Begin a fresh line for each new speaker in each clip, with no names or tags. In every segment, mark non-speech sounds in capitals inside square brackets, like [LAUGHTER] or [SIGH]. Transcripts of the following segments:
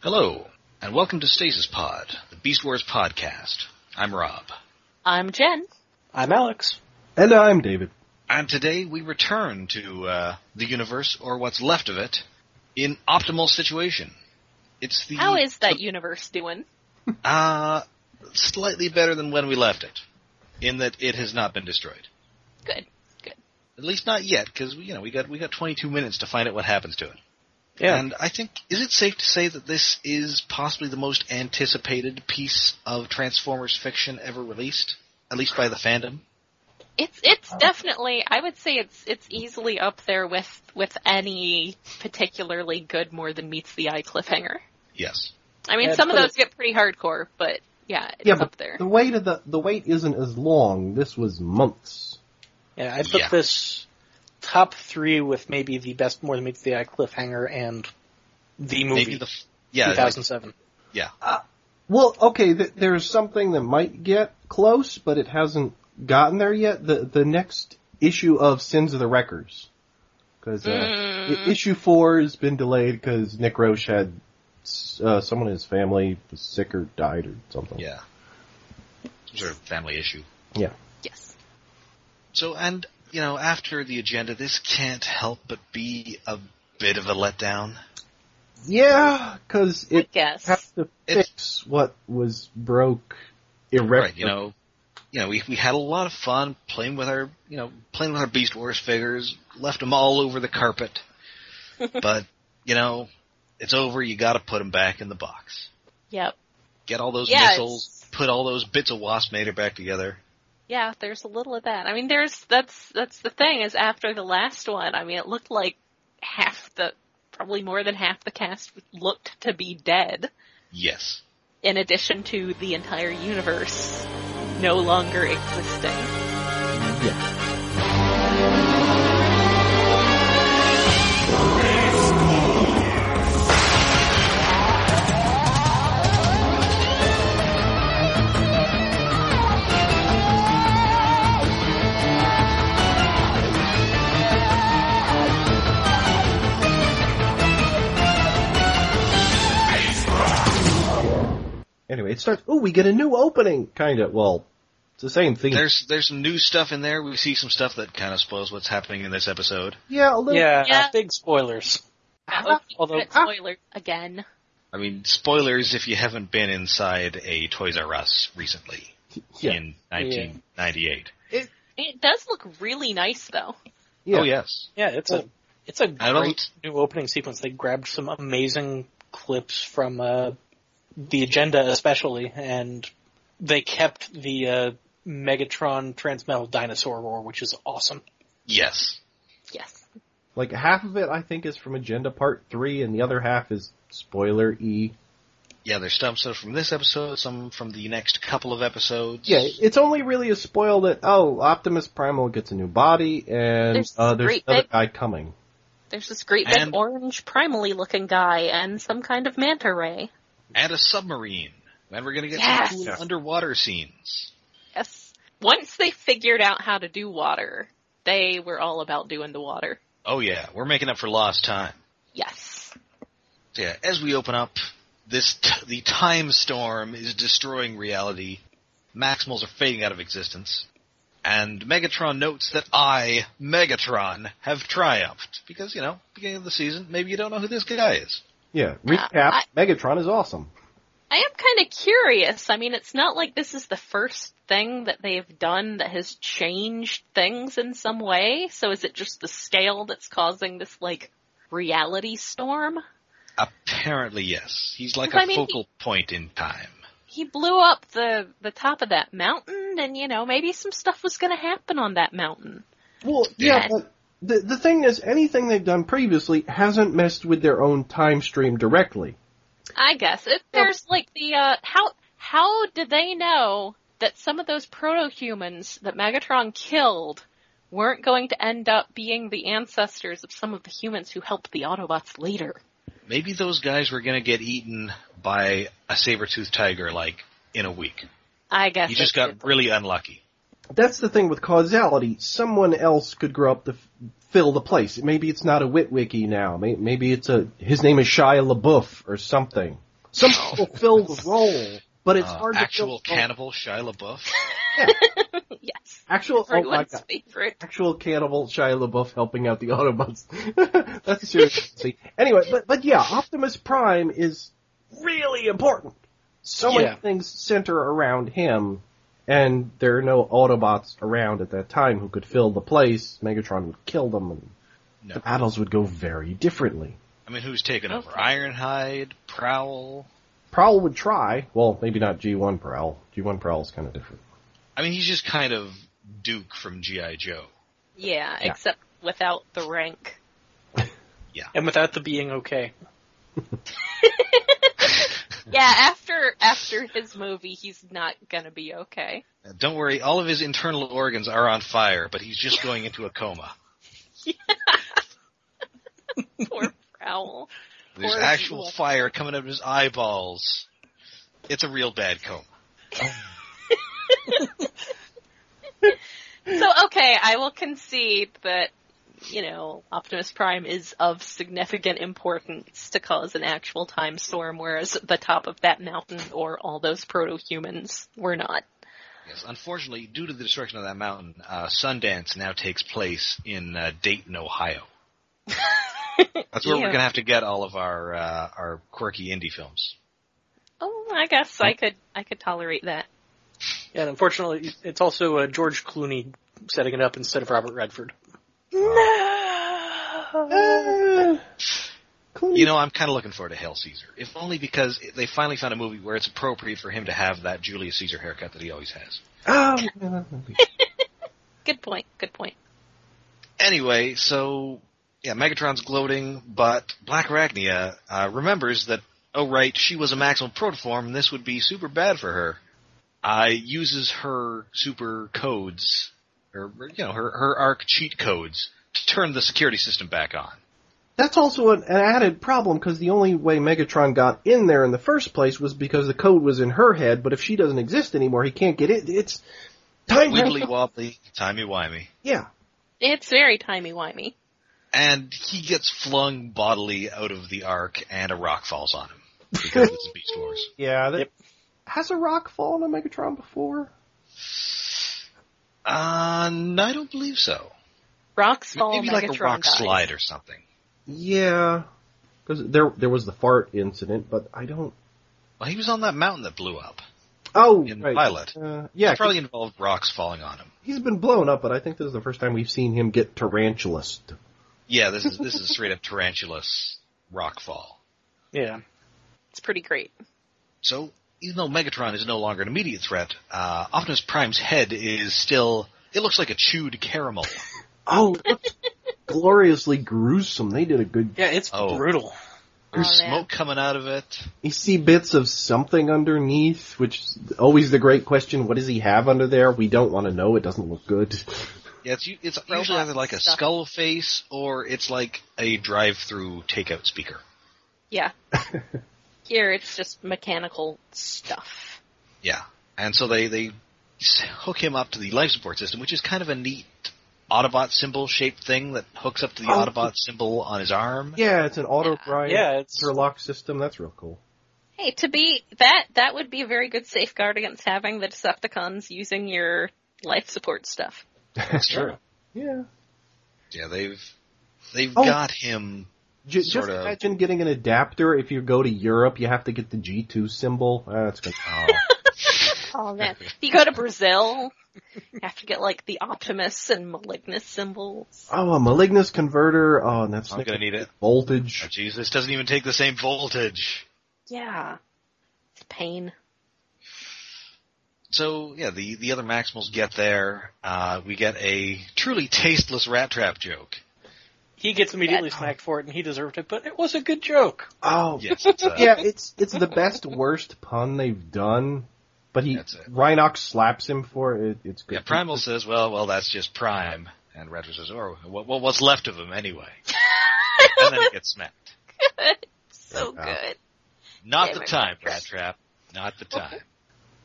Hello, and welcome to Stasis Pod, the Beast Wars podcast. I'm Rob,
I'm Jen.
I'm Alex.
And I'm David.
and today we return to uh, the universe, or what's left of it, in optimal situation. It's the
How is that universe doing?
uh, slightly better than when we left it, in that it has not been destroyed,
Good, good.
at least not yet, because you know we got we got 22 minutes to find out what happens to it.
Yeah.
And I think is it safe to say that this is possibly the most anticipated piece of Transformers fiction ever released, at least by the fandom.
It's it's
Uh,
definitely I would say it's it's easily up there with with any particularly good more than meets the eye cliffhanger.
Yes.
I mean
Yeah,
some of
but
those get pretty hardcore, but yeah, it's
yeah,
up
but
there.
the wait of the the wait isn't as long. This was months.
yeah, I put
Yeah.
this top three with maybe the best More Than Meets the Eye cliffhanger and the movie
Maybe the f- yeah, like,
2007.
Well, okay, th- there's something that might get close, but it hasn't gotten there yet. The the next issue of Sins of the Wreckers, because uh,
Mm.
i- issue four has been delayed because Nick Roche had s- uh, someone in his family was sick or died or something.
yeah, Some sort of family issue.
yes.
So and you know after the agenda, this can't help but be a bit of a letdown.
yeah, because
I
it
guess.
has to
It's-
fix what was broke. Irreparably.
Right, you know, you know, we we had a lot of fun playing with our, you know, playing with our Beast Wars figures. Left them all over the
[LAUGHS]
carpet, but you know, it's over. You got to put them back in the box.
Yep.
Get all those
Yeah,
missiles.
it's-
Put all those bits of Waspinator back together.
Yeah, there's a little of that. I mean there's that's that's the thing is after the last one, I mean it looked like half the probably more than half the cast looked to be dead.
Yes,
in addition to the entire universe no longer existing.
Anyway, it starts. Oh, we get a new opening, kind of. Well, it's the same thing.
there's there's some new stuff in there. We see some stuff that kind of spoils what's happening in this episode.
yeah, a little.
Yeah, uh,
Yeah.
big spoilers.
That was
Although-
although, spoiler again.
I mean, spoilers if you haven't been inside a Toys R Us recently
Yeah.
in 1998.
It does look really nice though.
Yeah.
Oh yes,
Yeah, it's a it's a
I don't-
great new opening sequence. They grabbed some amazing clips from uh, the agenda, especially, and they kept the uh, Megatron Transmetal Dinosaur Roar, which is awesome.
yes.
Yes.
Like half of it, I think, is from Agenda Part Three, and the other half is spoiler E.
Yeah, there's some stuff from this episode, some from the next couple of episodes.
Yeah, it's only really a spoil that oh, Optimus Primal gets a new body, and
There's
uh, there's
great
another
big-
guy coming.
There's this great big
And-
orange primally looking guy and some kind of manta ray.
And a submarine. And we're gonna get
Yes.
some cool
Yes.
underwater scenes.
Yes. Once they figured out how to do water, they were all about doing the water.
Oh yeah, we're making up for lost time.
Yes.
So yeah, as we open up, this t- the time storm is destroying reality. Maximals are fading out of existence. And Megatron notes that I, Megatron, have triumphed. Because, you know, beginning of the season, maybe you don't know who this guy is.
Yeah, recap:
I-
Megatron is awesome.
I am kind of curious. I mean, it's not like this is the first thing that they've done that has changed things in some way. So is it just the scale that's causing this like reality storm?
Apparently, yes. He's like a
Because, I mean,
focal point in time.
He blew up the the top of that mountain and you know, maybe some stuff was going to happen on that mountain.
Well, yeah,
Yes.
but the the thing is, anything they've done previously hasn't messed with their own time stream directly.
I guess if there's like the uh how how do they know that some of those proto-humans that Megatron killed weren't going to end up being the ancestors of some of the humans who helped the Autobots later?
maybe those guys were going to get eaten by a saber-toothed tiger like in a
[LAUGHS]
week.
I guess
You just
that's
got really unlucky.
That's the thing with causality. Someone else could grow up to f- fill the place. Maybe it's not a Witwicky now. May- Maybe it's a his name is Shia LaBeouf or something. Some people fill the role, but it's
Uh,
hard to
actual
fill the role.
cannibal Shia LaBeouf.
[LAUGHS] yes.
Actual, oh my
Everyone's
god.
favorite.
actual cannibal Shia LaBeouf helping out the Autobots. [LAUGHS] That's seriously. anyway, but but yeah, Optimus Prime is really important. So
Yeah.
many things center around him, and there are no Autobots around at that time who could fill the place. Megatron would kill them, and
No.
[LAUGHS] the battles would go very differently.
I mean, who's taken over?
Okay.
Ironhide, Prowl.
Prowl would try. Well, maybe not G1 Prowl. G1 Prowl's kind of different.
I mean, he's just kind of Duke from G.I. Joe.
Yeah,
Yeah.
except without the rank.
And without the being okay.
Yeah, after after his movie, he's not gonna be [LAUGHS] okay.
Uh, Don't worry, all of his internal organs are on fire, but he's just going into a
[LAUGHS]
coma.
Poor Prowl.
There's
Poor
actual
Duke.
fire coming out of his eyeballs. It's a real bad coma.
So okay, I will concede that you know Optimus Prime is of significant importance to cause an actual time storm, whereas the top of that mountain or all those proto-humans were not.
Yes, unfortunately, due to the destruction of that mountain, uh, Sundance now takes place in uh, Dayton, Ohio. That's where
Yeah.
we're going to have to get all of our uh, our quirky indie films.
Oh, I guess I could I could tolerate that.
And unfortunately, it's also uh, George Clooney setting it up instead of Robert Redford.
Ah,
You know, I'm kind of looking forward to Hail Caesar, if only because they finally found a movie where it's appropriate for him to have that Julius Caesar haircut that he always has.
Oh, yeah, that'd be-
Good point. Good point.
Anyway, so yeah, Megatron's gloating, but Black Arachnia uh, remembers that oh right, she was a maximum protoform, and this would be super bad for her. Uh, uses her super codes, or you know, her her arc cheat codes to turn the security system back
[LAUGHS]
on.
That's also an, an added problem because the only way Megatron got in there in the first place was because the code was in her head. But if she doesn't exist anymore, he can't get it. It's time.
Wibbly wobbly, timey wimey.
[LAUGHS] Yeah,
It's very timey wimey.
And he gets flung bodily out of the ark, and a rock falls on him. Because it's Beast
[LAUGHS]
Wars.
yeah. That,
Yep.
Has a rock fallen on Megatron before?
Uh, no, I don't believe so.
Rocks fall.
Maybe
Megatron
like a rock
dies.
slide or something.
Yeah, because there there was the fart incident, but I don't.
Well, he was on that mountain that blew up
Oh,
in
right.
Violet.
Uh, yeah,
It probably involved rocks falling on him.
he's been blown up, but I think this is the first time we've seen him get tarantulas.
Yeah, this is this is straight up tarantulas rock fall.
Yeah.
It's pretty great.
So even though Megatron is no longer an immediate threat, uh, Optimus Prime's head is still. It looks like a chewed caramel.
Oh, it looks [LAUGHS] gloriously gruesome. They did a good
Yeah, it's
Oh.
brutal.
There's
Oh, man.
smoke coming out of it.
You see bits of something underneath, which is always the great question, what does he have under there? We don't want to know, it doesn't look good.
Yeah, it's u- it's
Robot
usually either like a
stuff.
skull face or it's like a drive-through takeout speaker. [LAUGHS]
Yeah. Here it's just mechanical stuff.
Yeah, and so they they s- hook him up to the life support system, which is kind of a neat Autobot symbol shaped thing that hooks up to the
Oh.
Autobot symbol on his arm.
Yeah, it's an auto grind
Yeah, it's
interlock system, that's real cool.
Hey, to be that that would be a very good safeguard against having the Decepticons using your life support stuff.
That's true.
Yeah.
Yeah, they've they've
Oh.
got him.
J- just
Sort of.
imagine getting an adapter. If you go to Europe, you have to get the G2 symbol. Ah, that's [LAUGHS] good.
Oh,
Oh man. if you go to Brazil, you have to get like the Optimus and Malignus symbols.
Oh, a Malignus converter. Oh, and that's
I'm gonna need it. Oh,
voltage.
jeez, this doesn't even take the same voltage.
Yeah. It's [LAUGHS] pain.
So yeah, the the other Maximals get there. Uh, we get a truly tasteless rat trap joke.
He gets immediately smacked for it, and he deserved it, but it was a good joke.
Oh,
Yes, it's, uh,
[LAUGHS] yeah, it's it's the best worst pun they've done. But he
That's it.
Rhinox slaps him for it. It's good.
Yeah, Primal says, "Well, well, that's just Prime," and Retro says, "Or what, what, what's left of him anyway?" and then it gets smacked.
So
Yeah.
good.
Not
Yeah,
the
my
time,
God.
Rat Trap. Not the time.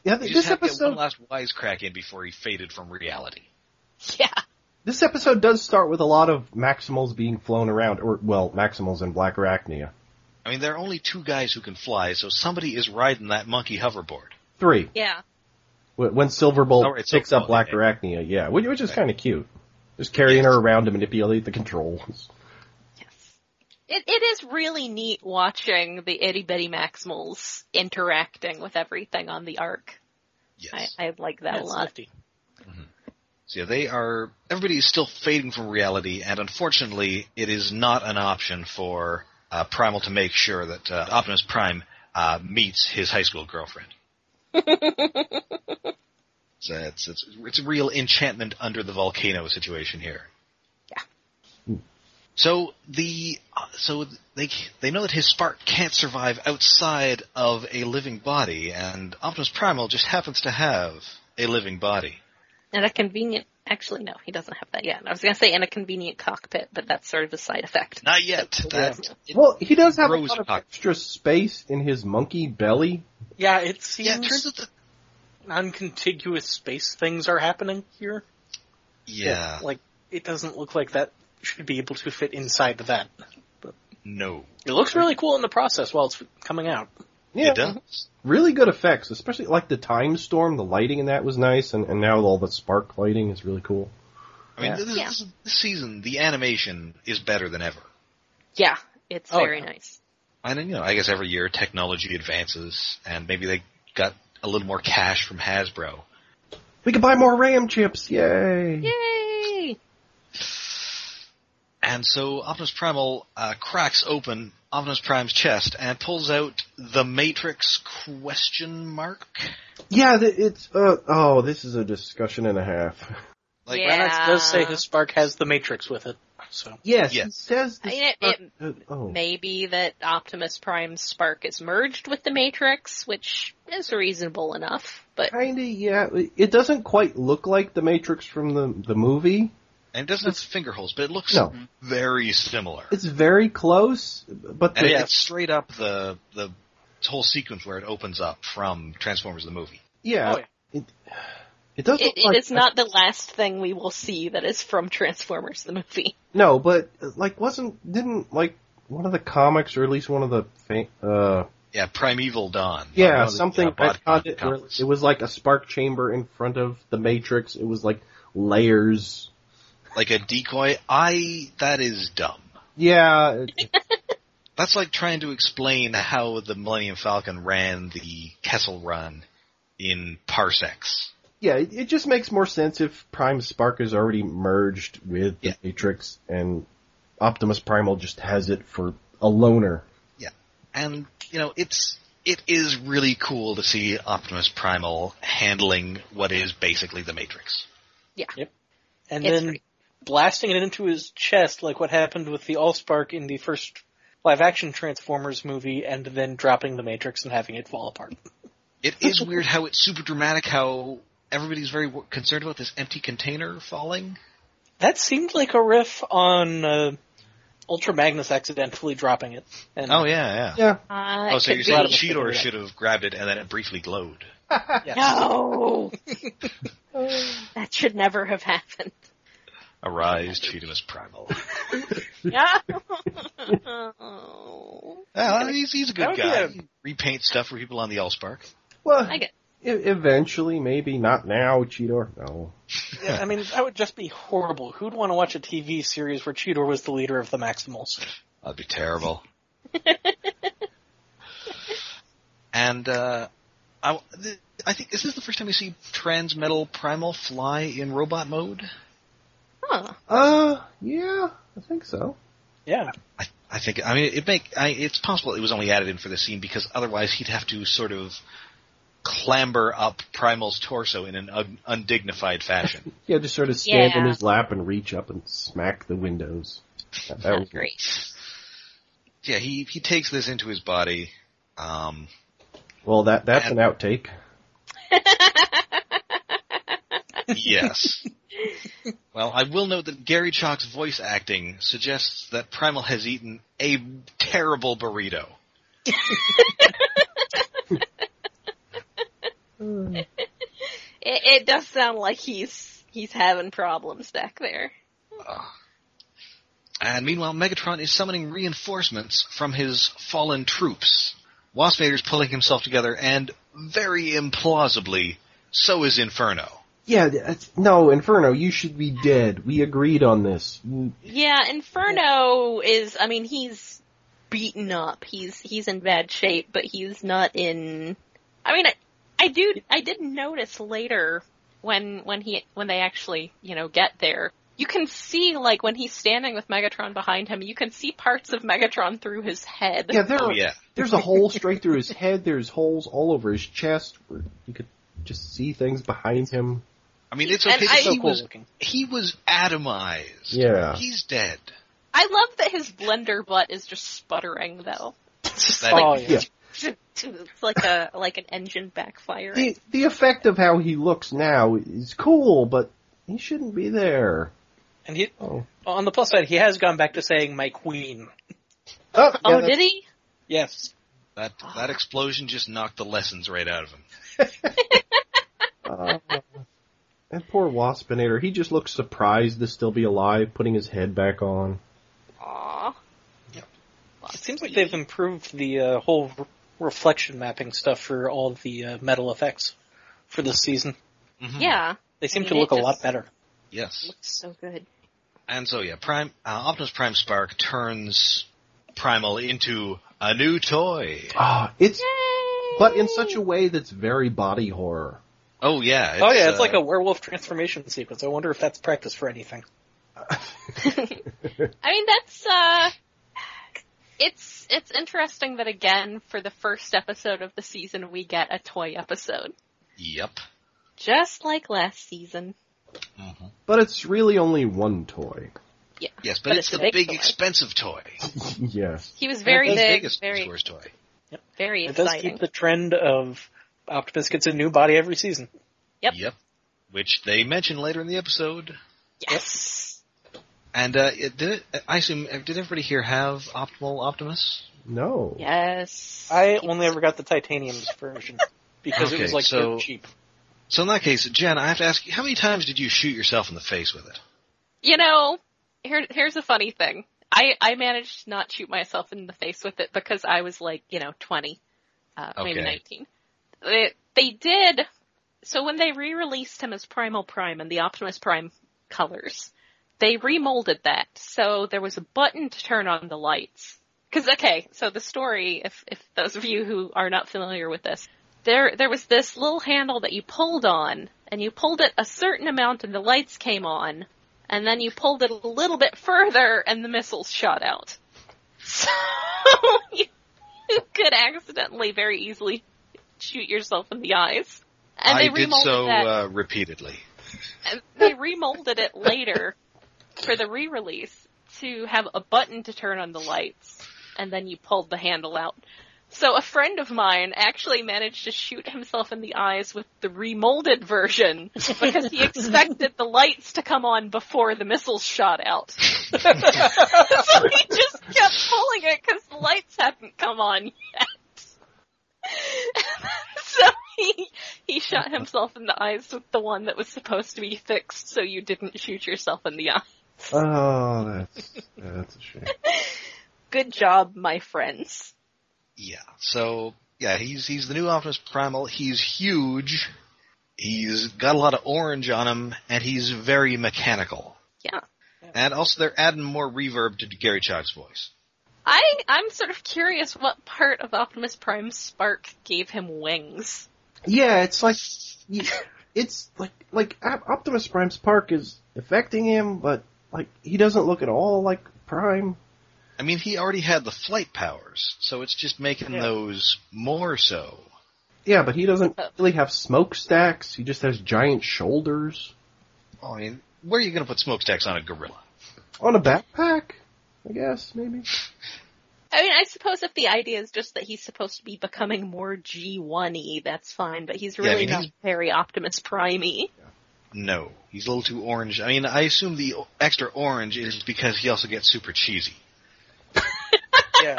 Yeah,
You
th-
just
this
have to get
episode
one last wisecrack in before he faded from reality.
Yeah.
This episode does start with a lot of Maximals being flown around, or well, Maximals and Black Arachnia.
I mean, there are only two guys who can fly, so somebody is riding that monkey hoverboard.
Three.
Yeah.
Wh- When Silverbolt
Oh, right,
picks up
Silverbolt,
Black
okay.
Arachnia, yeah, which, which is kind of cute. Just carrying her around to manipulate the controls.
Yes. It, it is really neat watching the itty bitty Maximals interacting with everything on the arc. I,
Yes.
I like that a
That's
lot.
nifty.
So yeah, they are, everybody is still fading from reality, and unfortunately, it is not an option for uh, Primal to make sure that uh, Optimus Prime uh, meets his high school girlfriend. so it's, it's, it's a real enchantment under the volcano situation here.
Yeah.
So the uh, so they they know that his spark can't survive outside of a living body, and Optimus Primal just happens to have a living body.
And a convenient, actually no, he doesn't have that yet. I was gonna say in a convenient cockpit, but that's sort of a side effect.
Not yet. That, it-
Well, he does have a
Rose
lot of
cock.
extra space in his monkey belly.
Yeah, it
yeah, it
seems
turns out that
non-contiguous space things are happening here.
yeah,
Like, it doesn't look like that should be able to fit inside of that.
no,
It looks really cool in the process while it's coming out.
Yeah,
it does.
really good effects, especially like the time storm, the lighting in that was nice, and, and now all the spark lighting is really cool.
I mean,
Yeah.
this,
Yeah.
this, this season the animation is better than ever,
Yeah, it's
Oh,
very
yeah.
nice.
and then, you know, I guess every year technology advances, and maybe they got a little more cash from Hasbro.
We can buy more RAM chips, yay!
Yay!
And so Optimus Primal uh, cracks open Optimus Prime's chest and pulls out the Matrix question mark.
Yeah, th- it's uh oh, this is a discussion and a half. [LAUGHS]
Like,
Yeah.
Ranax does say his spark has the Matrix with it, so
Yes,
Yes.
it says
I
the
mean, it-
spark-
it
uh, oh.
Maybe that Optimus Prime's spark is merged with the Matrix, which is reasonable enough, but
Kinda, yeah. It doesn't quite look like the Matrix from the the movie.
And it doesn't have finger holes, but it looks
No.
very similar.
It's very close, but
And
the,
it it's straight up the the whole sequence where it opens up from Transformers the movie.
yeah,
Oh, yeah.
it it doesn't.
it,
look like
it is not the last thing we will see that is from Transformers the movie.
No, but uh, like, wasn't didn't like one of the comics, or at least one of the fa- uh
Yeah, Primeval Dawn.
yeah
One of the,
something.
uh, bot-
I found it, where
comics.
it was like a spark chamber in front of the Matrix. It was like layers.
like a decoy. I that is dumb.
Yeah, it-
That's like trying to explain how the Millennium Falcon ran the Kessel Run in parsecs.
[LAUGHS] yeah. It, it just makes more sense if Prime Spark is already merged with the
Yeah.
Matrix, and Optimus Primal just has it for a loner.
and you know it's it is really cool to see Optimus Primal handling what is basically the Matrix.
It's
and then
great.
blasting it into his chest like what happened with the Allspark in the first live action Transformers movie and then dropping the Matrix and having it fall apart.
It is weird how it's super dramatic. How everybody's very w- concerned about this empty container falling.
That seemed like a riff on uh, Ultra Magnus accidentally dropping it. And
Oh yeah, yeah.
Yeah,
Uh,
Oh, so
could
you're saying
be-
be.
Cheetor should have grabbed it and then it briefly glowed.
yes.
No! [LAUGHS] that should never have
[LAUGHS]
happened. [LAUGHS]
Arise, Cheetimus [LAUGHS] Primal.
No.
Oh, he's, he's a
That
good
would be
guy.
a-
He repaints stuff for people on the Allspark.
well,
I get
e- eventually, maybe not now, Cheetor. No.
Yeah, I mean, that would just be horrible. Who'd want to watch a TV series where Cheetor was the leader of the Maximals?
That'd be terrible. [LAUGHS] and uh, I, th- I think is this the first time we see trans metal primal fly in robot mode?
huh.
Uh, yeah, I think so.
Yeah.
I, I think. I mean, it make. I, it's possible it was only added in for this scene because otherwise he'd have to sort of clamber up Primal's torso in an un- undignified [LAUGHS] fashion.
Yeah, just sort of stand in
Yeah.
his lap and reach up and smack the windows. That, that was
Not great.
yeah, he he takes this into his body. Um,
Well, that that's an outtake.
[LAUGHS]
Yes. well, I will note that Gary Chalk's voice acting suggests that Primal has eaten a terrible burrito.
It, it does sound like he's he's having problems back there.
And meanwhile, Megatron is summoning reinforcements from his fallen troops. Wasp Vader's pulling himself together, and very implausibly, so is Inferno.
Yeah, that's, no, Inferno, you should be dead. We agreed on this. You-
Yeah, Inferno is. I mean, he's beaten up. He's he's in bad shape, but he's not in. I mean, I, I do. I did notice later when when he when they actually you know get there. You can see like when he's standing with Megatron behind him, you can see parts of Megatron through his head.
Yeah, there
Oh
are,
yeah.
there's a hole straight through his head. There's holes all over his chest. Where you could just see things behind him.
I mean, it's
And
okay.
I-
he
so cool
was
looking.
he was atomized.
Yeah.
He's dead.
I love that his blender butt is just sputtering though.
That-
oh yeah.
yeah.
[LAUGHS] it's like a like an engine backfiring.
The the effect of how he looks now is cool, but he shouldn't be there.
And he,
Oh,
on the plus side, he has gone back to saying "my queen."
oh, yeah,
oh,
that's-
did he?
Yes,
That that explosion just knocked the lessons right out of him.
Uh, that poor Waspinator, he just looks surprised to still be alive, putting his head back on.
Aw.
it seems like they've improved the uh, whole re- reflection mapping stuff for all the uh, metal effects for this season.
Mhm.
Yeah.
They seem
I
to
mean,
look
it
a lot
just-
better.
Yes.
Looks so good.
And so yeah, Prime uh, Optimus Prime Spark turns Primal into a new toy.
Ah, it's
Yay!
but in such a way that's very body horror.
Oh yeah.
oh yeah, it's
uh,
like a werewolf transformation sequence. I wonder if that's practice for anything.
[LAUGHS] I mean, that's uh, it's it's interesting that again for the first episode of the season we get a toy episode,
Yep.
just like last season.
Mhm.
But it's really only one toy.
Yes, but,
But
it's,
it's a
the
big
big,
toy.
expensive toy.
yes.
He was very
Yeah, that's
big,
biggest
very
Wars toy.
very
It does
exciting.
keep the trend of Optimus gets a new body every season.
Yep.
Which they mention later in the episode.
yes.
And uh, it, did it, I assume uh, did everybody here have Optimal Optimus?
No.
Yes.
I only ever got the titanium's version because it
Okay,
was like
so- [LAUGHS]
dirt cheap. [LAUGHS]
So in that case, Jen, I have to ask you, how many times did you shoot yourself in the face with it?
You know, here here's a funny thing. I I managed to not shoot myself in the face with it because I was like, you know, 20, uh, maybe
Okay.
19. They, they did. So when they re-released him as Primal Prime in the Optimus Prime colors, they remolded that. So there was a button to turn on the lights. Cause okay, so the story, if, if those of you who are not familiar with this, there, there was this little handle that you pulled on and you pulled it a certain amount and the lights came on and then you pulled it a little bit further and the missiles shot out. [LAUGHS] So you, you could accidentally very easily shoot yourself in the eyes. And
I
they
did
remolded
so
that.
uh, repeatedly.
And they remolded it later for the re-release to have a button to turn on the lights, and then you pulled the handle out. So a friend of mine actually managed to shoot himself in the eyes with the remolded version because he expected the lights to come on before the missiles shot out. so [LAUGHS] he just kept pulling it because the lights hadn't come on yet. [LAUGHS] so he he shot himself in the eyes with the one that was supposed to be fixed so you didn't shoot yourself in the eye.
Oh, that's that's a shame.
Good job, my friends.
Yeah. So yeah, he's he's the new Optimus Primal. He's huge. He's got a lot of orange on him, and he's very mechanical.
Yeah.
And also, they're adding more reverb to Gary Chog's voice.
I, I'm sort of curious what part of Optimus Prime's spark gave him wings.
Yeah, it's like you- it's like like Op- Optimus Prime's park is affecting him, but like he doesn't look at all like Prime.
I mean, he already had the flight powers, so it's just making
Yeah.
those more so.
Yeah, but he doesn't
Oh.
really have smokestacks. He just has giant shoulders
I mean, where are you going to put smokestacks on a gorilla?
on a backpack. I guess maybe.
I mean, I suppose if the idea is just that he's supposed to be becoming more G1-y, that's fine, but he's
Yeah, I
really
mean,
not
he's-
very Optimus Primey.
No, he's a little too orange. I mean, I assume the o- extra orange is because he also gets super cheesy.
Yeah.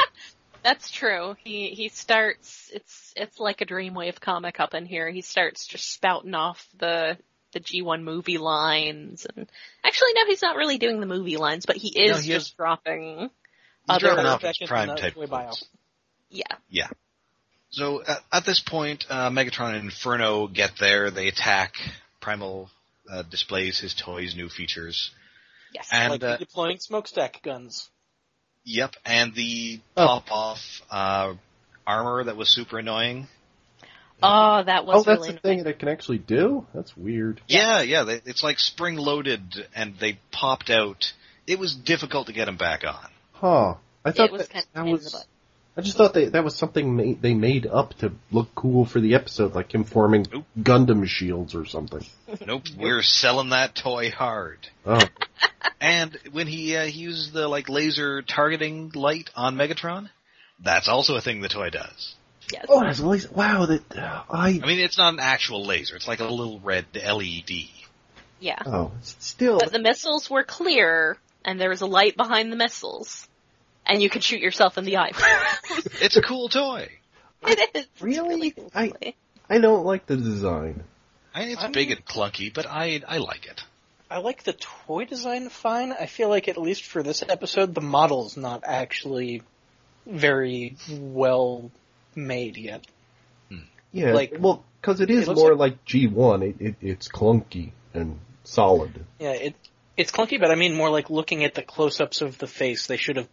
That's true. He he starts it's it's like a dreamwave comic up in here. He starts just spouting off the the G1 movie lines and actually no, he's not really doing the movie lines, but he is
No, he
just
is-
dropping
He's
other,
dropping off his
second
prime
and
type
way bio.
quotes.
yeah,
So at, at this point, uh, Megatron and Inferno get there. They attack. Primal uh, displays his toys' new features.
yes.
And
like
uh,
deploying smokestack guns.
yep, and the
Oh.
pop off uh, armor that was super annoying.
oh, that was
Oh, that's
really
a thing that it can actually do. That's weird.
Yeah, yeah, they, it's like spring loaded, and they popped out. It was difficult to get them back on.
Huh. I thought
was
that,
kind of
that
in the
was.
butt.
I just thought they, that was something ma- they made up to look cool for the episode, like him forming
Nope.
Gundam shields or
[LAUGHS]
something.
Nope, we're selling that toy hard.
Oh,
And when he uh, he used the like laser targeting light on Megatron, that's also a thing the toy does.
yes.
oh, that's always wow. That uh, I
I mean, it's not an actual laser; it's like a little red E LED.
Yeah.
oh s- still
But the missiles were clear and there was a light behind the missiles and you could shoot yourself in the eye. [LAUGHS]
It's a cool toy.
it is. It's
Really?
cool
I-
toy.
I don't like the design.
I mean, it's
I'm-
big and clunky, but I I like it.
I like the toy design fine. I feel like at least for this episode, the model's not actually very well made yet.
Yeah,
Like-
like well, because it is
it looks
more like, G one. It, it it's clunky and solid.
Yeah, it it's clunky, but I mean more like looking at the close-ups of the face. They should have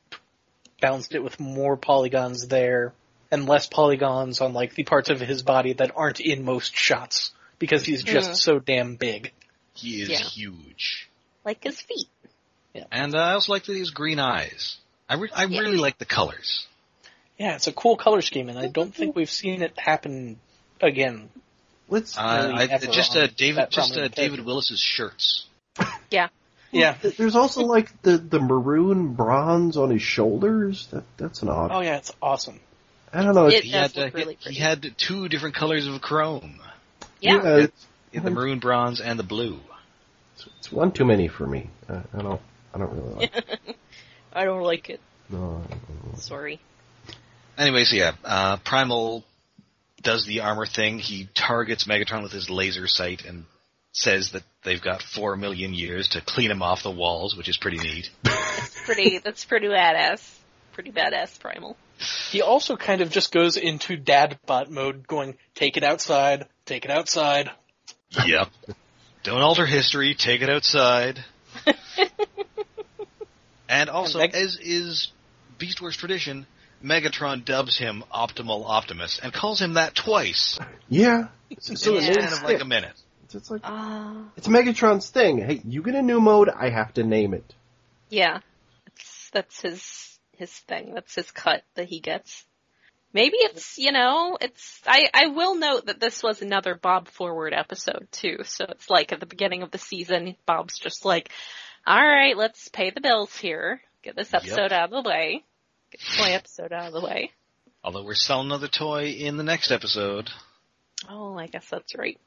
balanced it with more polygons there and less polygons on like the parts of his body that aren't in most shots because he's just
Yeah.
so damn big.
He is
Yeah.
huge,
Like his feet.
and uh, I also like that he has green eyes. I re- I
Yeah.
really like the colors.
Yeah, it's a cool color scheme, and I don't think we've seen it happen again.
Let's
Uh,
Really
I,
ever
just
on
uh, David
that
just uh,
prominent
David
character.
Willis's shirts.
Yeah.
Th- There's also like the the maroon bronze on his shoulders. That that's an odd.
Oh yeah, it's awesome.
I don't know.
It-
He
does
had, uh,
look really
he- he
pretty.
had two different colors of chrome.
Yeah.
it's,
He
Mm-hmm.
had the maroon, bronze, and the blue.
it's one too many for me. I, I don't. I don't really like.
[LAUGHS]
It.
I don't like it.
No, I don't really like
Sorry.
Anyways, yeah, uh, Primal does the armor thing. He targets Megatron with his laser sight and says that they've got four million years to clean him off the walls, which is pretty neat.
Pretty that's pretty badass. Pretty badass primal.
He also kind of just goes into dad bot mode, going, take it outside, take it outside.
yep. Don't alter history. Take it outside. and also,
And Meg-
as is Beastware's tradition, Megatron dubs him Optimal Optimus and calls him that twice
it. Yeah. So,
in
so
the
it's,
Yeah.
span of like a minute.
it's, it's like
Ah.
it's Megatron's thing. Hey, you get a new mode. I have to name it.
yeah. That's that's his his thing. That's his cut that he gets. Maybe it's you know, it's I, I will note that this was another Bob Forward episode too, so it's like at the beginning of the season, Bob's just like, Alright, let's pay the bills here. Get this
Yep.
episode out of the way. Get this toy episode out of the way.
Although we're selling another toy in the next episode.
Oh, I guess that's right.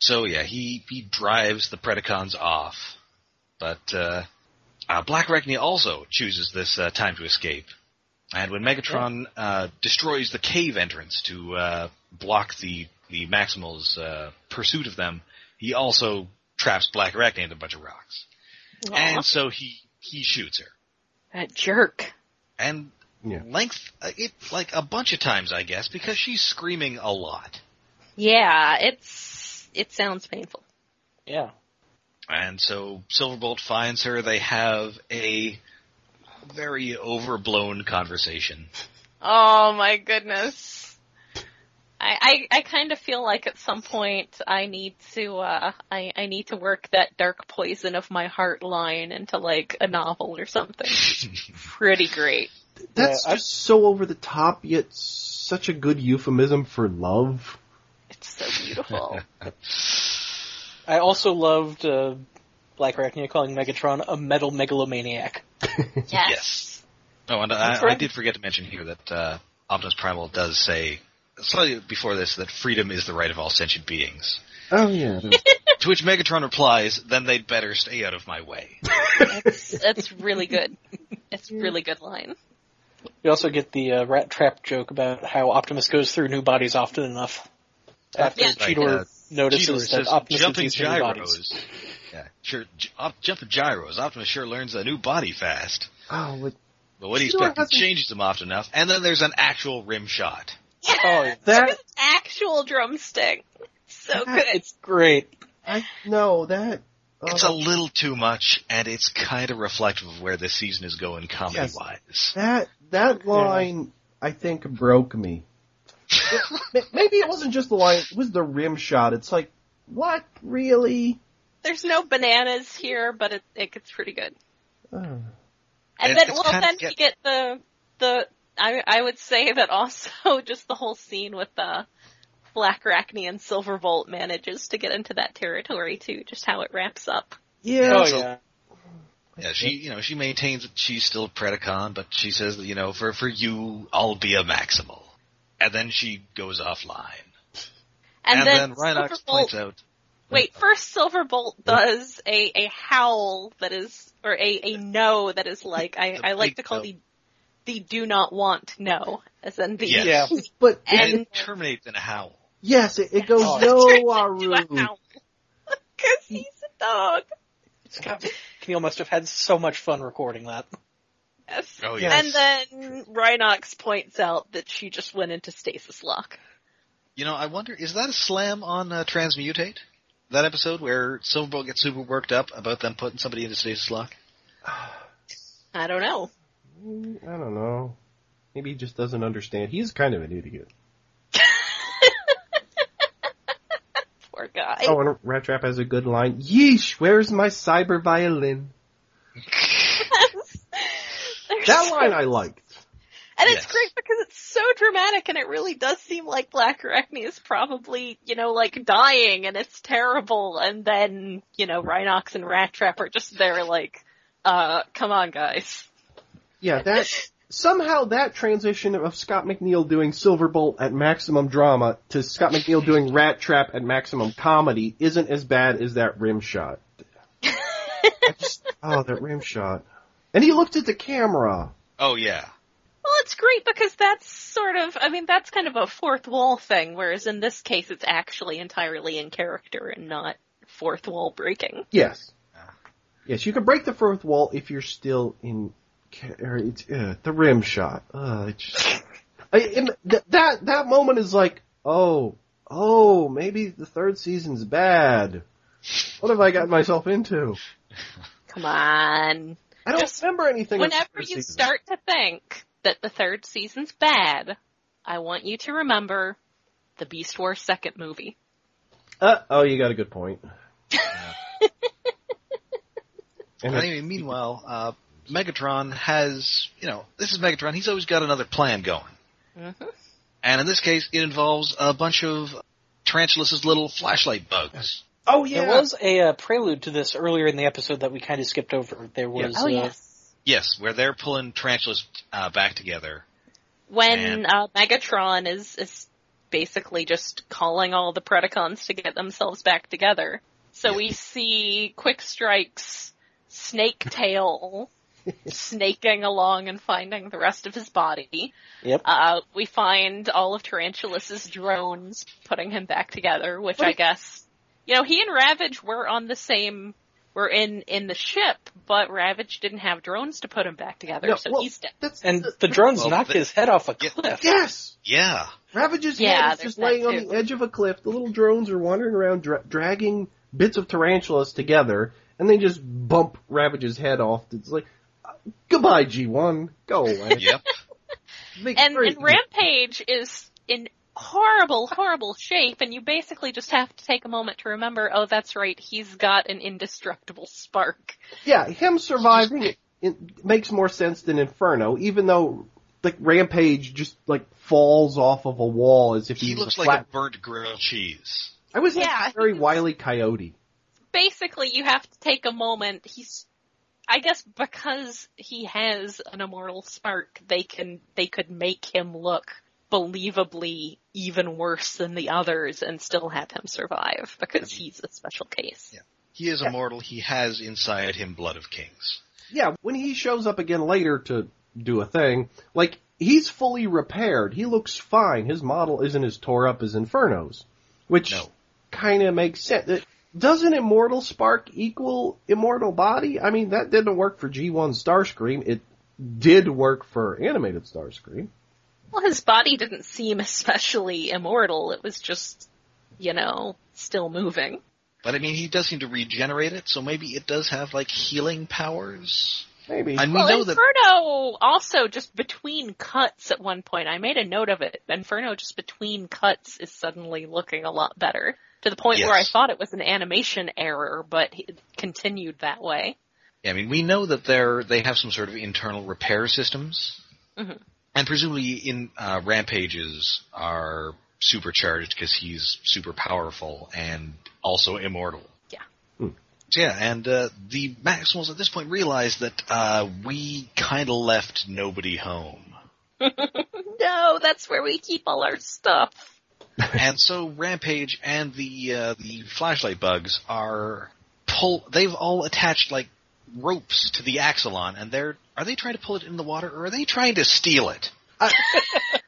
So yeah, he he drives the Predacons off, but uh, uh, Black Arachne also chooses this uh, time to escape. And when Megatron uh, destroys the cave entrance to uh, block the the Maximals' uh, pursuit of them, he also traps Black Arachne in a bunch of rocks,
Aw,
and so he he shoots her.
that jerk.
And
Yeah.
length uh, it like a bunch of times, I guess, because she's screaming a lot.
Yeah, it's it sounds painful.
Yeah.
And so Silverbolt finds her. They have a very overblown conversation.
Oh my goodness. I, I, I kind of feel like at some point I need to, uh, I, I need to work that dark poison of my heart line into like a novel or [LAUGHS] something. Pretty great.
That's
Yeah, I-
just so over the top, yet such a good euphemism for love.
It's so [LAUGHS] beautiful.
I also loved uh, Black Arachnia calling Megatron a metal megalomaniac.
yes.
Yes. Oh, and
That's
I, I
right.
did forget to mention here that uh, Optimus Primal does say slightly before this that freedom is the right of all sentient
[LAUGHS]
beings.
Oh yeah. that-
[LAUGHS] To which Megatron replies, "Then they'd better stay out of my way."
It's, it's really [LAUGHS] good. It's a really good line.
We also get the uh, rat trap joke about how Optimus goes through new bodies often enough after
Yeah.
Like,
Cheetor
uh, Jeter
notices that
says
Optimus can
jumping
see some new bodies. [LAUGHS]
gyros. [LAUGHS] Yeah, sure. J- op, jumping gyros. Optimus sure learns a new body fast.
Oh, like,
But what he
Sure
expected
hasn't-
changes him often enough. And then there's an actual rim shot.
[LAUGHS]
Oh, yeah.
that
Actual drumstick. So good.
it's great.
I no that.
It's
uh,
a little too much, and it's kind of reflective of where this season is going comedy-wise.
That that line, I think, broke me. Ma- Maybe it wasn't just the line; it was the rim shot. It's like, what really?
There's no bananas here, but it, it gets pretty good.
Uh,
And
It-
then,
it's
well,
kind of
then we get the, the, I, I would say that also [LAUGHS] just the whole scene with, uh, Black Arachne and Silverbolt manages to get into that territory too, just how it wraps up.
yeah,
Oh
so-
yeah.
[LAUGHS] Yeah, she you know she maintains that she's still a Predacon, but she says that you know for for you I'll be a Maximal, and then she goes offline.
And,
then,
then,
Rhinox
Silverbolt
points out
Wait, first Silverbolt does a, a howl that is, or a, a no that is like, I,
The
I like
big
to call
no.
the, the do not want no, as in the,
Yes.
[LAUGHS]
Yeah.
but
and
and-
it terminates in a howl.
yes, it, it goes
Oh,
[LAUGHS]
no
do a
Aru.
howl. Cause he's a dog.
God, Neil must have had so much fun recording that.
Yes.
Oh
Yeah.
yeah,
And then Rhinox points out that she just went into stasis lock.
you know I wonder is that a slam on uh, Transmutate? That episode where Silverbolt gets super worked up about them putting somebody into stasis
[LAUGHS]
lock.
I don't know. [LAUGHS]
Mm, I don't know. Maybe he just doesn't understand. He's kind of an idiot.
Poor guy. [LAUGHS]
oh, and Rat Trap has a good line. Yeesh, where's my cyber violin?
There's- [LAUGHS]
That line I liked.
And it's
Yes.
great because it's so dramatic and it really does seem like Black Arachne is probably, you know, like dying and it's terrible and then, you know, Rhinox and Rat Trap are just there like, uh, come on guys. [LAUGHS]
Yeah, that somehow that transition of Scott McNeil doing Silverbolt at maximum drama to Scott McNeil doing Rat Trap at maximum comedy isn't as bad as that rim shot. I just, oh, that rim shot. And he looked at the camera.
Oh yeah,
Well, it's great because that's sort of, I mean, that's kind of a fourth wall thing, whereas in this case it's actually entirely in character and not fourth wall breaking.
Yes.
Ah.
Yes, you can break the fourth wall if you're still in. ca- Or it's, uh, the rim shot. Uh, it just, [LAUGHS] I, in, th- that that moment is like, oh, oh, maybe the third season's bad. What have I gotten myself into?
Come on.
I don't
Just
remember anything. of the
Whenever
third
you
season.
start to think that the third season's bad, I want you to remember the Beast Wars second movie.
uh, oh, you got a good point.
[LAUGHS]
and
And
it-
anyway, meanwhile, uh, Megatron has, you know, this is Megatron. He's always got another plan going.
Mhm.
And in this case, it involves a bunch of Tarantulas' little flashlight bugs.
oh yeah,
There was a uh, prelude to this earlier in the episode that we kind of skipped over. There was
Yes.
Oh
uh,
yes.
Yes, where they're pulling Tarantulas uh, back together.
When
And-
uh, Megatron is is basically just calling all the Predacons to get themselves back together. So
Yeah.
we see Quick Strike's snake
[LAUGHS]
tail snaking along and finding the rest of his body.
Yep.
Uh, we find all of Tarantulas' drones putting him back together, which I guess, you know, he and Ravage were on the same, were in, in the ship, but Ravage didn't have drones to put him back together,
No,
so
well,
he's dead.
that's
and the drones
Well,
knocked
the-
his head off a
Yeah.
cliff.
yes.
Yeah.
Ravage's
Yeah,
head is
there's
just
that
laying on
too.
the edge of a cliff. The little drones are wandering around, dra- dragging bits of tarantulas together, and they just bump Ravage's head off. It's like, goodbye, G1. Go away.
[LAUGHS] Yep.
Make
And,
very
and Rampage is in horrible, horrible shape, and you basically just have to take a moment to remember, oh, that's right, he's got an indestructible spark.
Yeah, him surviving it, it makes more sense than Inferno, even though like Rampage just like falls off of a wall as if
He
was
looks
a
like
flat.
a burnt grilled cheese.
I was
Yeah,
yeah, very wily coyote.
basically you have to take a moment. He's, I guess because he has an immortal spark, they can, they could make him look believably even worse than the others and still have him survive because he's a special case.
Yeah. He is immortal. He has inside him blood of kings.
Yeah, when he shows up again later to do a thing, like he's fully repaired. He looks fine. His model isn't as tore up as Inferno's, which
No.
kind of makes sense. It- Doesn't immortal spark equal immortal body? I mean, that didn't work for G1 Starscream. It did work for animated Starscream.
Well, his body didn't seem especially immortal. It was just, you know, still moving.
But I mean, he does seem to regenerate it, so maybe it does have like healing powers.
Maybe.
And we
well,
know that
Inferno also just between cuts at one point. I made a note of it. Inferno just between cuts is suddenly looking a lot better to the point where I
Yes.
thought it was an animation error, but it continued that way.
Yeah, I mean, we know that they're they have some sort of internal repair systems,
Mhm.
and presumably in uh, rampages are supercharged because he's super powerful and also immortal.
Yeah.
Hmm.
So, yeah, and uh, the Maximals at this point realize that uh, we kind of left nobody home,
No, that's where we keep all our stuff.
and so Rampage and the uh, the flashlight bugs are pull. They've all attached like ropes to the Axalon, and they're are they trying to pull it in the water or are they trying to steal it?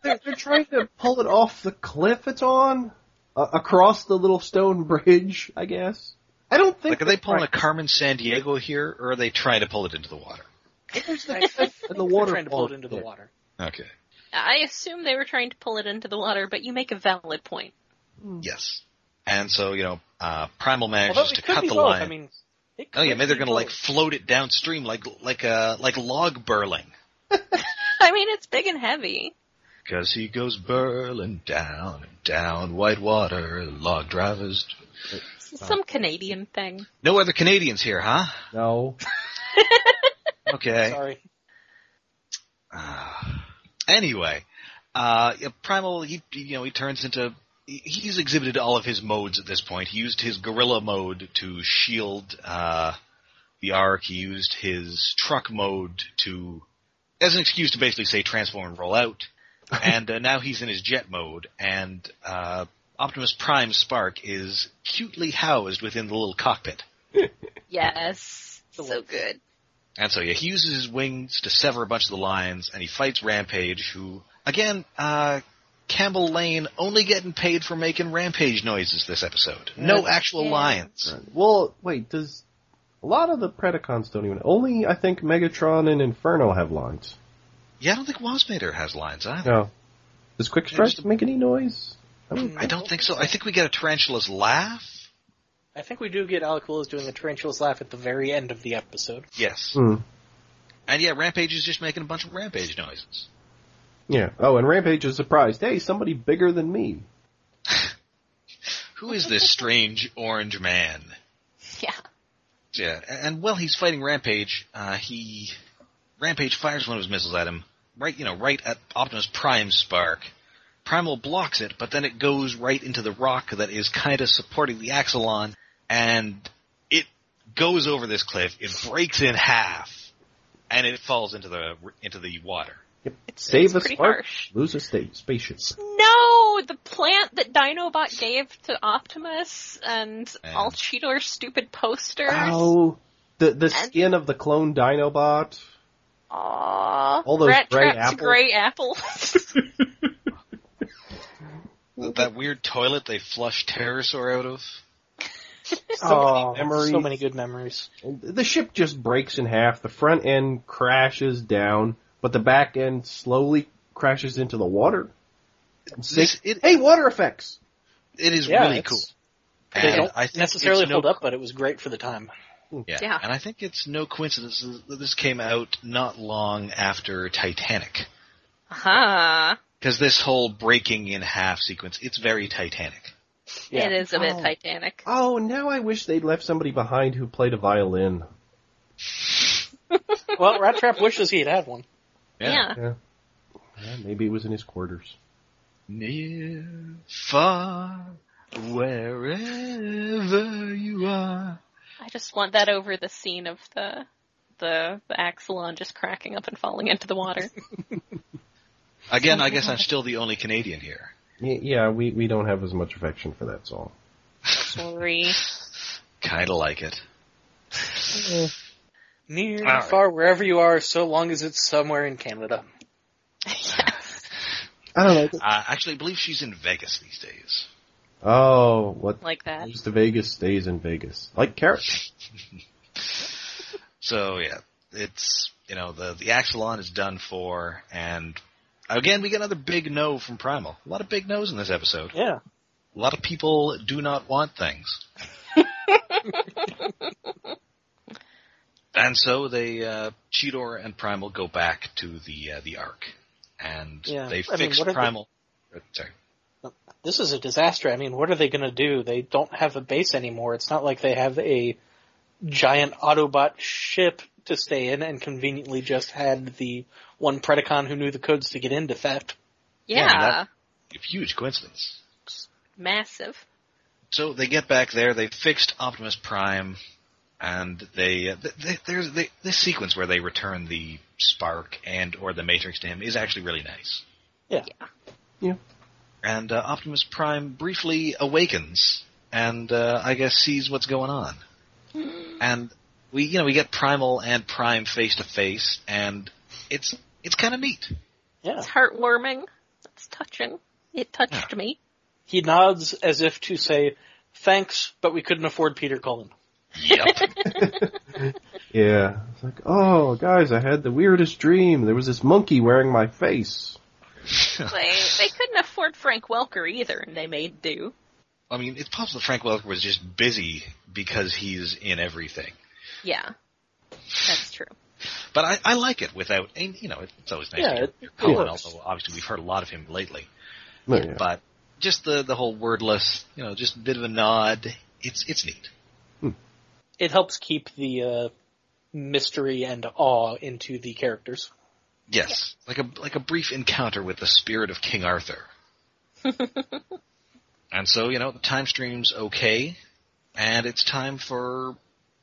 they're, they're trying to pull it off the cliff it's on, uh, across the little stone [LAUGHS] bridge, I guess. I don't think
Like, are they pulling a Carmen San Diego here, or are they trying to pull it into the water?
in the
We're
water
trying to pull it into the water.
Okay.
I assume they were trying to pull it into the water, but you make a valid point. [LAUGHS]
Yes. And so, you know, uh, Primal manages
Although it
to
could
cut
be
the
both.
line.
I mean, it
oh yeah,
could
maybe they're
be
gonna like
both.
float it downstream, like like uh like log burling.
I mean, it's big and heavy.
Cause he goes burling down and down white water, log drivers.
Some Canadian thing.
No other Canadians here, huh?
No.
Okay.
Sorry.
Uh, [SIGHS] anyway, uh, yeah, Primal, he, you know, he turns into, he- he's exhibited all of his modes at this point. He used his gorilla mode to shield, uh, the arc. He used his truck mode to, as an excuse to basically say transform and roll out. and uh, now he's in his jet mode, and, uh, Optimus Prime Spark is cutely housed within the little cockpit.
Yes. So good. [LAUGHS]
And so yeah, he uses his wings to sever a bunch of the lions, and he fights Rampage, who again, uh, Campbell Lane only getting paid for making Rampage noises this episode. No actual
Yeah.
lions.
Well, wait, does a lot of the Predacons don't even only I think Megatron and Inferno have lines.
Yeah, I don't think Wasmater has lions either.
No. Does Quick
Yeah,
Strike
just-
make any noise? I
Hmm.
don't-
I don't think so. I think we get a tarantula's laugh.
I think we do get Alaquila's doing the tarantula's laugh at the very end of the episode.
Yes.
Hmm.
And yeah, Rampage is just making a bunch of Rampage noises.
Yeah. Oh, and Rampage is surprised. Hey, somebody bigger than me.
Who is this strange orange man?
Yeah.
Yeah, and while he's fighting Rampage, uh, he Rampage fires one of his missiles at him, right, you know, right at Optimus Prime's spark. Primal blocks it, but then it goes right into the rock that is kind of supporting the Axalon, and it goes over this cliff. It breaks in half, and it falls into the into the water.
It's,
Save
it's
a
pretty
spark,
harsh.
lose a state spaceship.
No, the plant that Dinobot gave to Optimus and
Man.
all Cheetor's stupid posters.
Oh, the the
And-
skin of the clone Dinobot.
Aw.
All those
Rat
gray
Trap's
apples.
gray apples.
[LAUGHS]
[LAUGHS]
That weird toilet they flush Pterosaur out of.
So
Oh,
many memories. So many good memories.
The ship just breaks in half. The front end crashes down, but the back end slowly crashes into the water.
This, it,
Hey, water effects!
it is
Yeah,
really
it's-
cool.
They
And
don't
I think it's
necessarily
no
hold up, but it was great for the time.
Yeah.
Yeah.
And I think it's no coincidence that this came out not long after Titanic.
Huh.
Because this whole breaking in half sequence, it's very Titanic.
Yeah.
It is a bit
Oh.
Titanic.
Oh, now I wish they'd left somebody behind who played a violin.
Well, Rat Trap wishes he had had one.
Yeah.
Yeah, maybe it was in his quarters.
Near, far, wherever you are.
I just want that over the scene of the the, the Axelon just cracking up and falling into the
[LAUGHS]
water.
Again, I
[LAUGHS]
guess I'm still the only Canadian here.
Y- Yeah, we, we don't have as much affection for that song.
Sorry. [LAUGHS]
Kinda like it.
Near,
All right.
far, wherever you are, so long as it's somewhere in Canada.
yeah.
I don't know.
I actually believe she's in Vegas these days.
Oh, what
like that.
goes to Vegas stays in Vegas. Like carrot.
So yeah, it's you know the the Axelon is done for, and again we get another big no from Primal. A lot of big nos in this episode.
Yeah.
A lot of people do not want things, and so they uh, Cheetor and Primal go back to the uh, the Ark, and
Yeah.
they
I mean,
fix
what are the-
Primal. uh, Sorry.
This is a disaster. I mean, what are they going to do? They don't have a base anymore. It's not like they have a giant Autobot ship to stay in and conveniently just had the one Predacon who knew the codes to get into theft.
Yeah,
that- a huge coincidence.
massive.
So they get back there. They fixed Optimus Prime, and they, uh, th they there's they, this sequence where they return the Spark and or the Matrix to him is actually really nice.
Yeah.
Yeah.
And uh, Optimus Prime briefly awakens and uh, I guess sees what's going on. And we you know we get Primal and Prime face to face, and it's it's kind of neat.
Yeah.
It's heartwarming. It's touching. It touched
[LAUGHS]
me.
He nods as if to say, thanks, but we couldn't afford Peter Cullen.
Yep.
Yeah. It's like, oh, guys, I had the weirdest dream. There was this monkey wearing my face.
They they couldn't afford Frank Welker either, and they made do.
I mean, it's possible Frank Welker was just busy because he's in everything.
Yeah, that's true.
But I, I like it without, and, you know, it's always nice
Yeah,
to
it-
hear Colin,
works. Oh,
although obviously we've heard a lot of him lately.
No, yeah.
But just the, the whole wordless, you know, just a bit of a nod. It's, it's neat.
It helps keep the, uh, mystery and awe into the characters.
Yes. Like a, like a brief encounter with the spirit of King Arthur. and so, you know, the time stream's okay, and it's time for,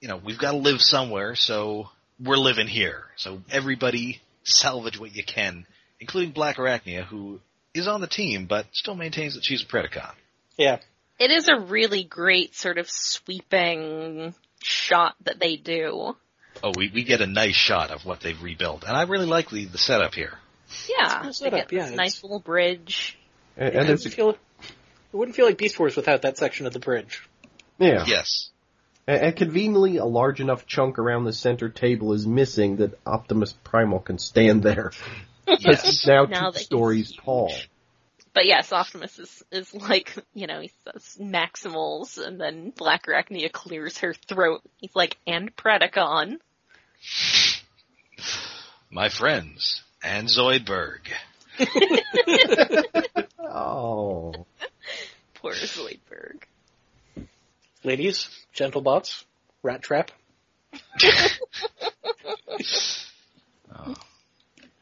you know, we've gotta live somewhere, so we're living here. So everybody salvage what you can, including Black Arachnia, who is on the team, but still maintains that she's a Predacon.
Yeah.
It is a really great sort of sweeping shot that they do.
Oh, we, we get a nice shot of what they've rebuilt, and I really like the, the setup here.
Yeah,
It's a
they
good
get
setup, yeah,
this
it's-
nice little bridge.
and,
it,
and
[LAUGHS]
it's
wouldn't feel, it wouldn't feel like Beast Wars without that section of the bridge.
yeah,
Yes,
And, and conveniently, a large enough chunk around the center table is missing that Optimus Primal can stand there.
yes,
now
Now that
two
he's
stories
huge.
tall.
But yes, Optimus is, is like, you know, he says Maximals, and then Black Arachnia clears her throat. He's like, and Predacon.
my friends, and Zoidberg.
Oh,
Poor Zoidberg.
Ladies, gentle bots, rat trap.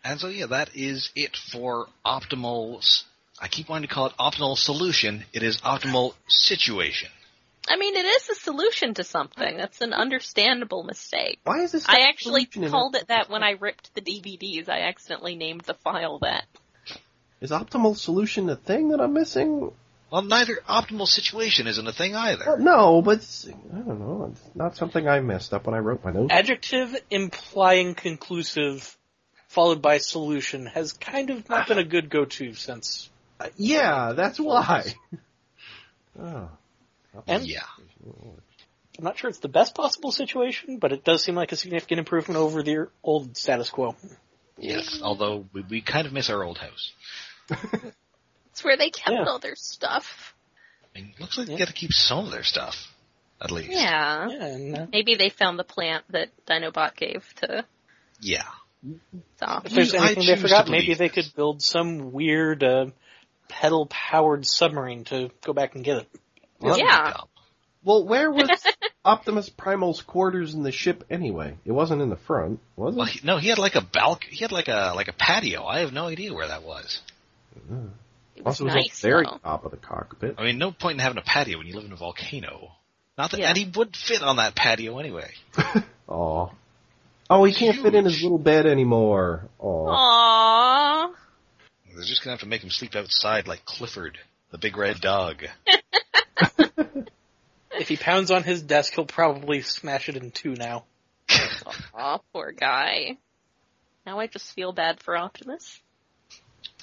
And so yeah, that is it for optimal. s- I keep wanting to call it optimal solution. It is optimal situation.
I mean, it is a solution to something. That's an understandable mistake.
why is this?
I actually
solution in
called it that when I ripped the DVDs. I accidentally named the file that.
Is optimal solution the thing that I'm missing?
Well, neither optimal situation isn't a thing
Well,
Oh,
either.
no, but it's- I don't know. It's not something I messed up when I wrote my notes.
Adjective implying conclusive, followed by solution, has kind of not been a good go-to since.
Uh, yeah,
[LAUGHS]
that's why. oh,
And
Yeah,
I'm not sure it's the best possible situation, but it does seem like a significant improvement over the old status quo.
yes. Although we, we kind of miss our old house.
It's where they kept
Yeah.
all their stuff.
I mean, looks like
Yeah.
they got to keep some of their stuff, at least.
Yeah.
Yeah, and uh,
Maybe they found the plant that Dinobot gave to
Yeah.
Zop.
if there's
I
anything
choose
they
to
forgot, maybe
believe
they
this.
could build some weird uh, pedal-powered submarine to go back and get it.
Well, that'd be
Yeah.
dumb.
well, where was [LAUGHS] Optimus Primal's quarters in the ship anyway? It wasn't in the front, was
Well,
it?
he, no, he had like a balc. He had like a like a patio. I have no idea where that was.
It was
Also, it was
nice,
on the very
though.
top of the cockpit.
I mean, no point in having a patio when you live in a volcano. Not that,
Yeah.
and he would fit on that patio anyway.
Oh, oh, he can't fit in his
Huge.
little bed anymore. Oh,
Aww.
They're just gonna have to make him sleep outside like Clifford, the big red dog.
If he pounds on his desk, he'll probably smash it in two now.
Aw, poor guy. Now I just feel bad for Optimus.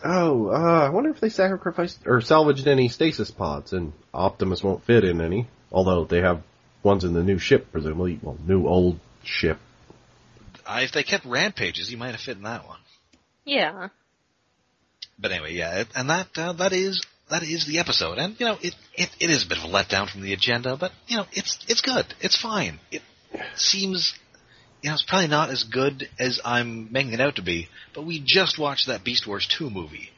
Oh, uh, I wonder if they sacrificed or salvaged any stasis pods, and Optimus won't fit in any. Although they have ones in the new ship, presumably. Well, new old ship. [LAUGHS]
I, if they kept rampages, he might have fit in that one.
Yeah.
But anyway, yeah, it- and that uh, that is that is the episode, and you know it, it it is a bit of a letdown from the agenda, but you know it's it's good, it's fine. It seems, you know, it's probably not as good as I'm making it out to be. But we just watched that Beast Wars two movie.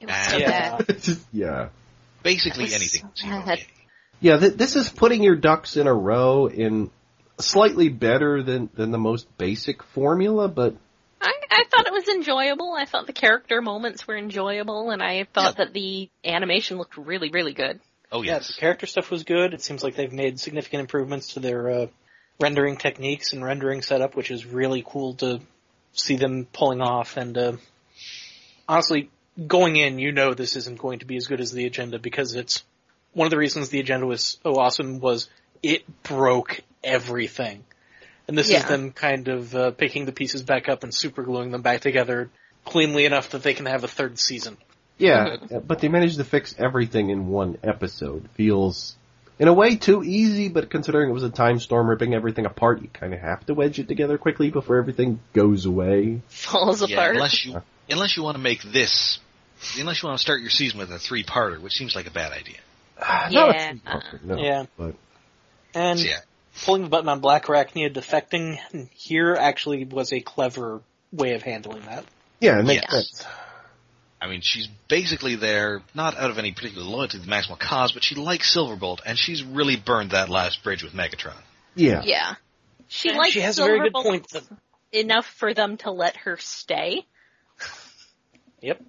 It was so
Yeah.
bad.
yeah.
Basically
That was
anything.
so
was even
bad.
okay.
Yeah, th- this is putting your ducks in a row in slightly better than, than the most basic formula, but
I, I thought it was enjoyable. I thought the character moments were enjoyable, and I thought that the animation looked really, really good. [LAUGHS]
Oh
Yeah, the
yes,
character stuff was good. It seems like they've made significant improvements to their uh, rendering techniques and rendering setup, which is really cool to see them pulling off. And uh, honestly, going in, you know this isn't going to be as good as the agenda because it's one of the reasons the agenda was so awesome was it broke everything. And this is
Yeah.
them kind of uh, picking the pieces back up and super gluing them back together cleanly enough that they can have a third season.
yeah, but they managed to fix everything in one episode. Feels, in a way, too easy, but considering it was a time storm ripping everything apart, you kind of have to wedge it together quickly before everything goes away.
Falls
yeah,
apart.
unless you unless you want to make this, unless you want to start your season with a three parter, which seems like a bad idea.
[SIGHS] Not a
Yeah. uh-uh.
two-parter, no,
Yeah.
But
And
So, yeah,
pulling the button on Black Arachnia defecting here actually was a clever way of handling that.
yeah, it makes
Yes.
sense.
I mean, she's basically there, not out of any particular loyalty to the Maximum Cause, but she likes Silverbolt, and she's really burned that last bridge with Megatron.
Yeah.
Yeah. She
And
likes
she has a
Silver
very good
Bolt
point. That,
enough for them to let her stay.
yep.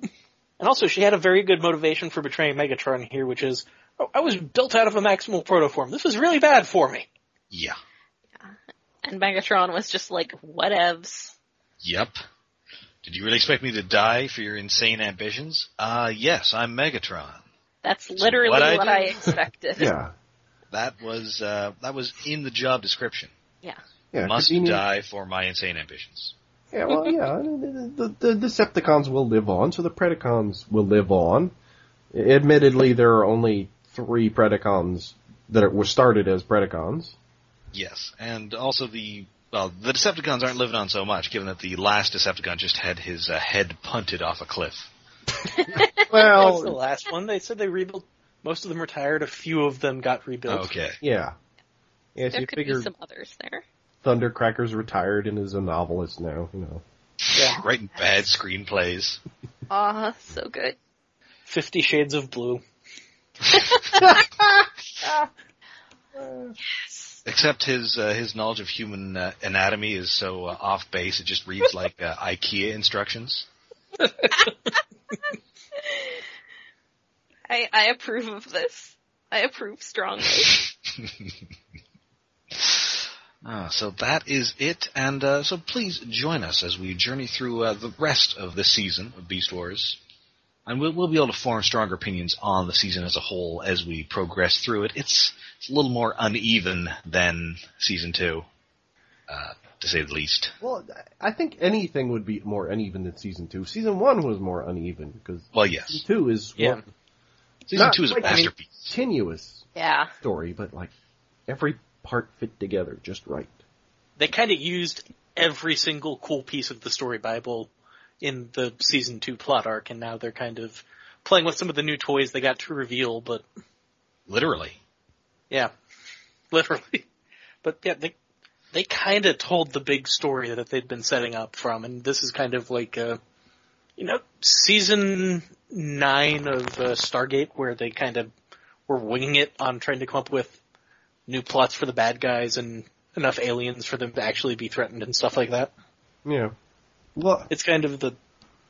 And also, she had a very good motivation for betraying Megatron here, which is, oh, I was built out of a maximal protoform. This is really bad for me.
Yeah.
And Megatron was just like, whatevs.
Yep. Did you really expect me to die for your insane ambitions? Uh, yes, I'm Megatron.
That's literally
what
what,
I
I,
do.
expected.
Yeah.
That was, uh, that was in the job description.
Yeah.
Must
convenient.
die for my insane ambitions.
Yeah, well, yeah. I mean, The, the, the Decepticons will live on, so the Predacons will live on. Admittedly, there are only three Predacons that were started
[LAUGHS]
as Predacons.
Yes, and also the, well, the Decepticons aren't living on so much, given that the last Decepticon just had his uh, head punted off a cliff.
That's the
Well,
last one. They said they rebuilt. Most of them retired. A few of them got rebuilt.
Okay.
yeah. Yeah, so
There
you
could
figure
be some others there.
Thundercracker's retired and is a novelist now, you know.
Yeah.
Writing bad screenplays.
Aw, so good.
Fifty Shades of Blue.
Except his uh, his knowledge of human uh, anatomy is so uh, off base, it just reads like uh, IKEA instructions.
I, I approve of this. I approve strongly.
Ah, so that is it, and uh, so please join us as we journey through uh, the rest of this season of Beast Wars, and we'll, we'll be able to form stronger opinions on the season as a whole as we progress through it. It's it's a little more uneven than season two, uh, to say the least.
Well, I think anything would be more uneven than season two. Season one was more uneven because
Well, yes,
season two is
Yeah.
one
season
Not
two is a
like- I mean-
masterpiece.
continuous
yeah.
story, but like every part fit together just right.
They kind of used every single cool piece of the story bible in the season two plot arc, and now they're kind of playing with some of the new toys they got to reveal, but
Literally,
Yeah, [LAUGHS] literally. But yeah, they they kind of told the big story that they'd been setting up from, and this is kind of like a, you know, season nine of uh, Stargate, where they kind of were winging it on trying to come up with new plots for the bad guys and enough aliens for them to actually be threatened and stuff like that.
Yeah. Well,
It's kind of the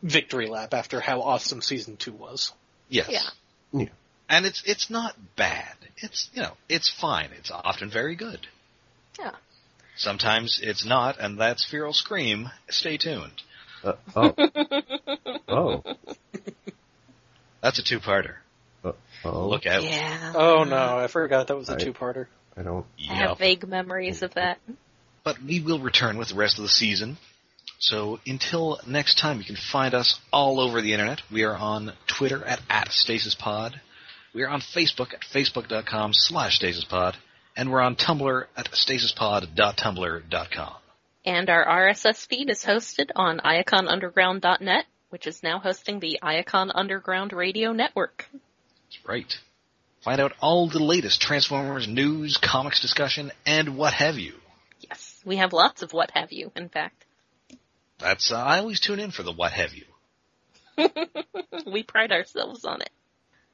victory lap after how awesome season two was.
Yes.
Yeah.
And it's it's not bad. It's you know it's fine. It's often very good.
Yeah.
Sometimes it's not, and that's Feral Scream. Stay tuned.
uh,
[LAUGHS]
oh, oh,
That's a two-parter.
oh.
Look out!
Yeah.
Oh no, I forgot that was a
I-
two-parter.
I don't.
I have
Yep.
vague memories of that.
But we will return with the rest of the season, So until next time, you can find us all over the internet. We are on Twitter at, at StasisPod. We are on Facebook at facebook.com slash stasispod. And we're on Tumblr at stasispod.tumblr.com.
And our RSS feed is hosted on iaconunderground.net, which is now hosting the Iacon Underground Radio Network.
That's right. Find out all the latest Transformers news, comics discussion, and what have you.
Yes, we have lots of what have you, in fact. [LAUGHS]
That's uh, I always tune in for the what have you.
we pride ourselves on it.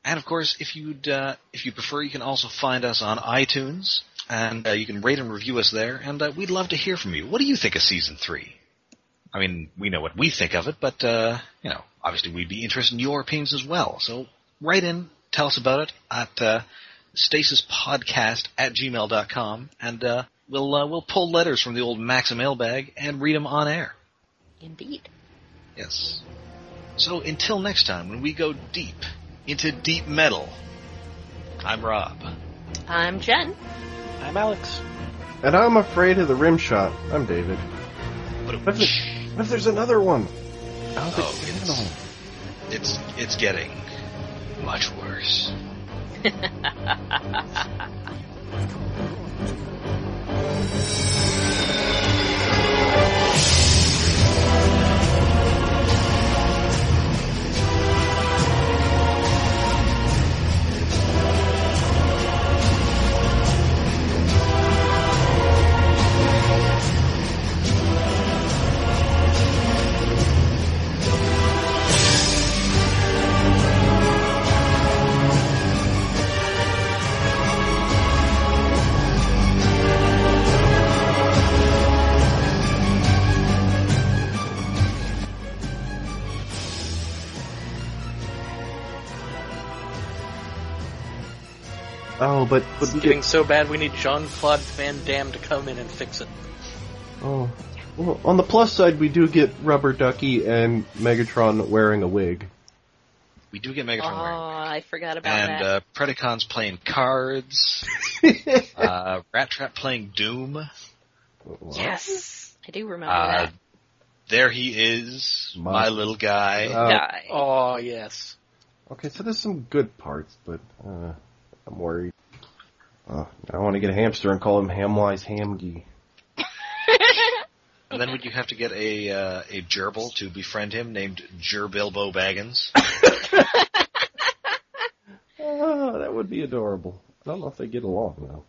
And of course, if you'd uh, if you prefer, you can also find us on iTunes, and uh, you can rate and review us there. And uh, we'd love to hear from you. What do you think of season three? I mean, we know what we think of it, but uh, you know, obviously, we'd be interested in your opinions as well. So write in, tell us about it at uh, stasispodcast at gmail.com, and uh, we'll uh, we'll pull letters from the old Maxim mailbag and read them on air.
Indeed.
Yes. So until next time, when we go deep into deep metal, I'm Rob. [LAUGHS]
I'm Jen.
I'm Alex.
And I'm afraid of the rim shot. I'm David.
But
What if, there- what if there's another one? I don't
Oh,
think
it's, it's it's getting much worse.
Oh, but but
It's
we
getting
get,
so bad we need Jean Claude Van Damme to come in and fix it.
oh. Well, on the plus side, we do get Rubber Ducky and Megatron wearing a wig.
We do get
Oh,
Megatron wearing.
I forgot about
And
that.
uh, Predacons playing cards, uh, Rat Trap playing Doom.
yes, I do remember
Uh,
that.
there he is, my,
My-
little guy.
uh,
Die.
Oh yes.
Okay, so there's some good parts, but uh, I'm worried. Uh, I want to get a hamster and call him Hamwise Hamgy.
and then would you have to get a uh, a gerbil to befriend him named Gerbilbo Baggins?
Ah, Oh, that would be adorable. I don't know if they get along though.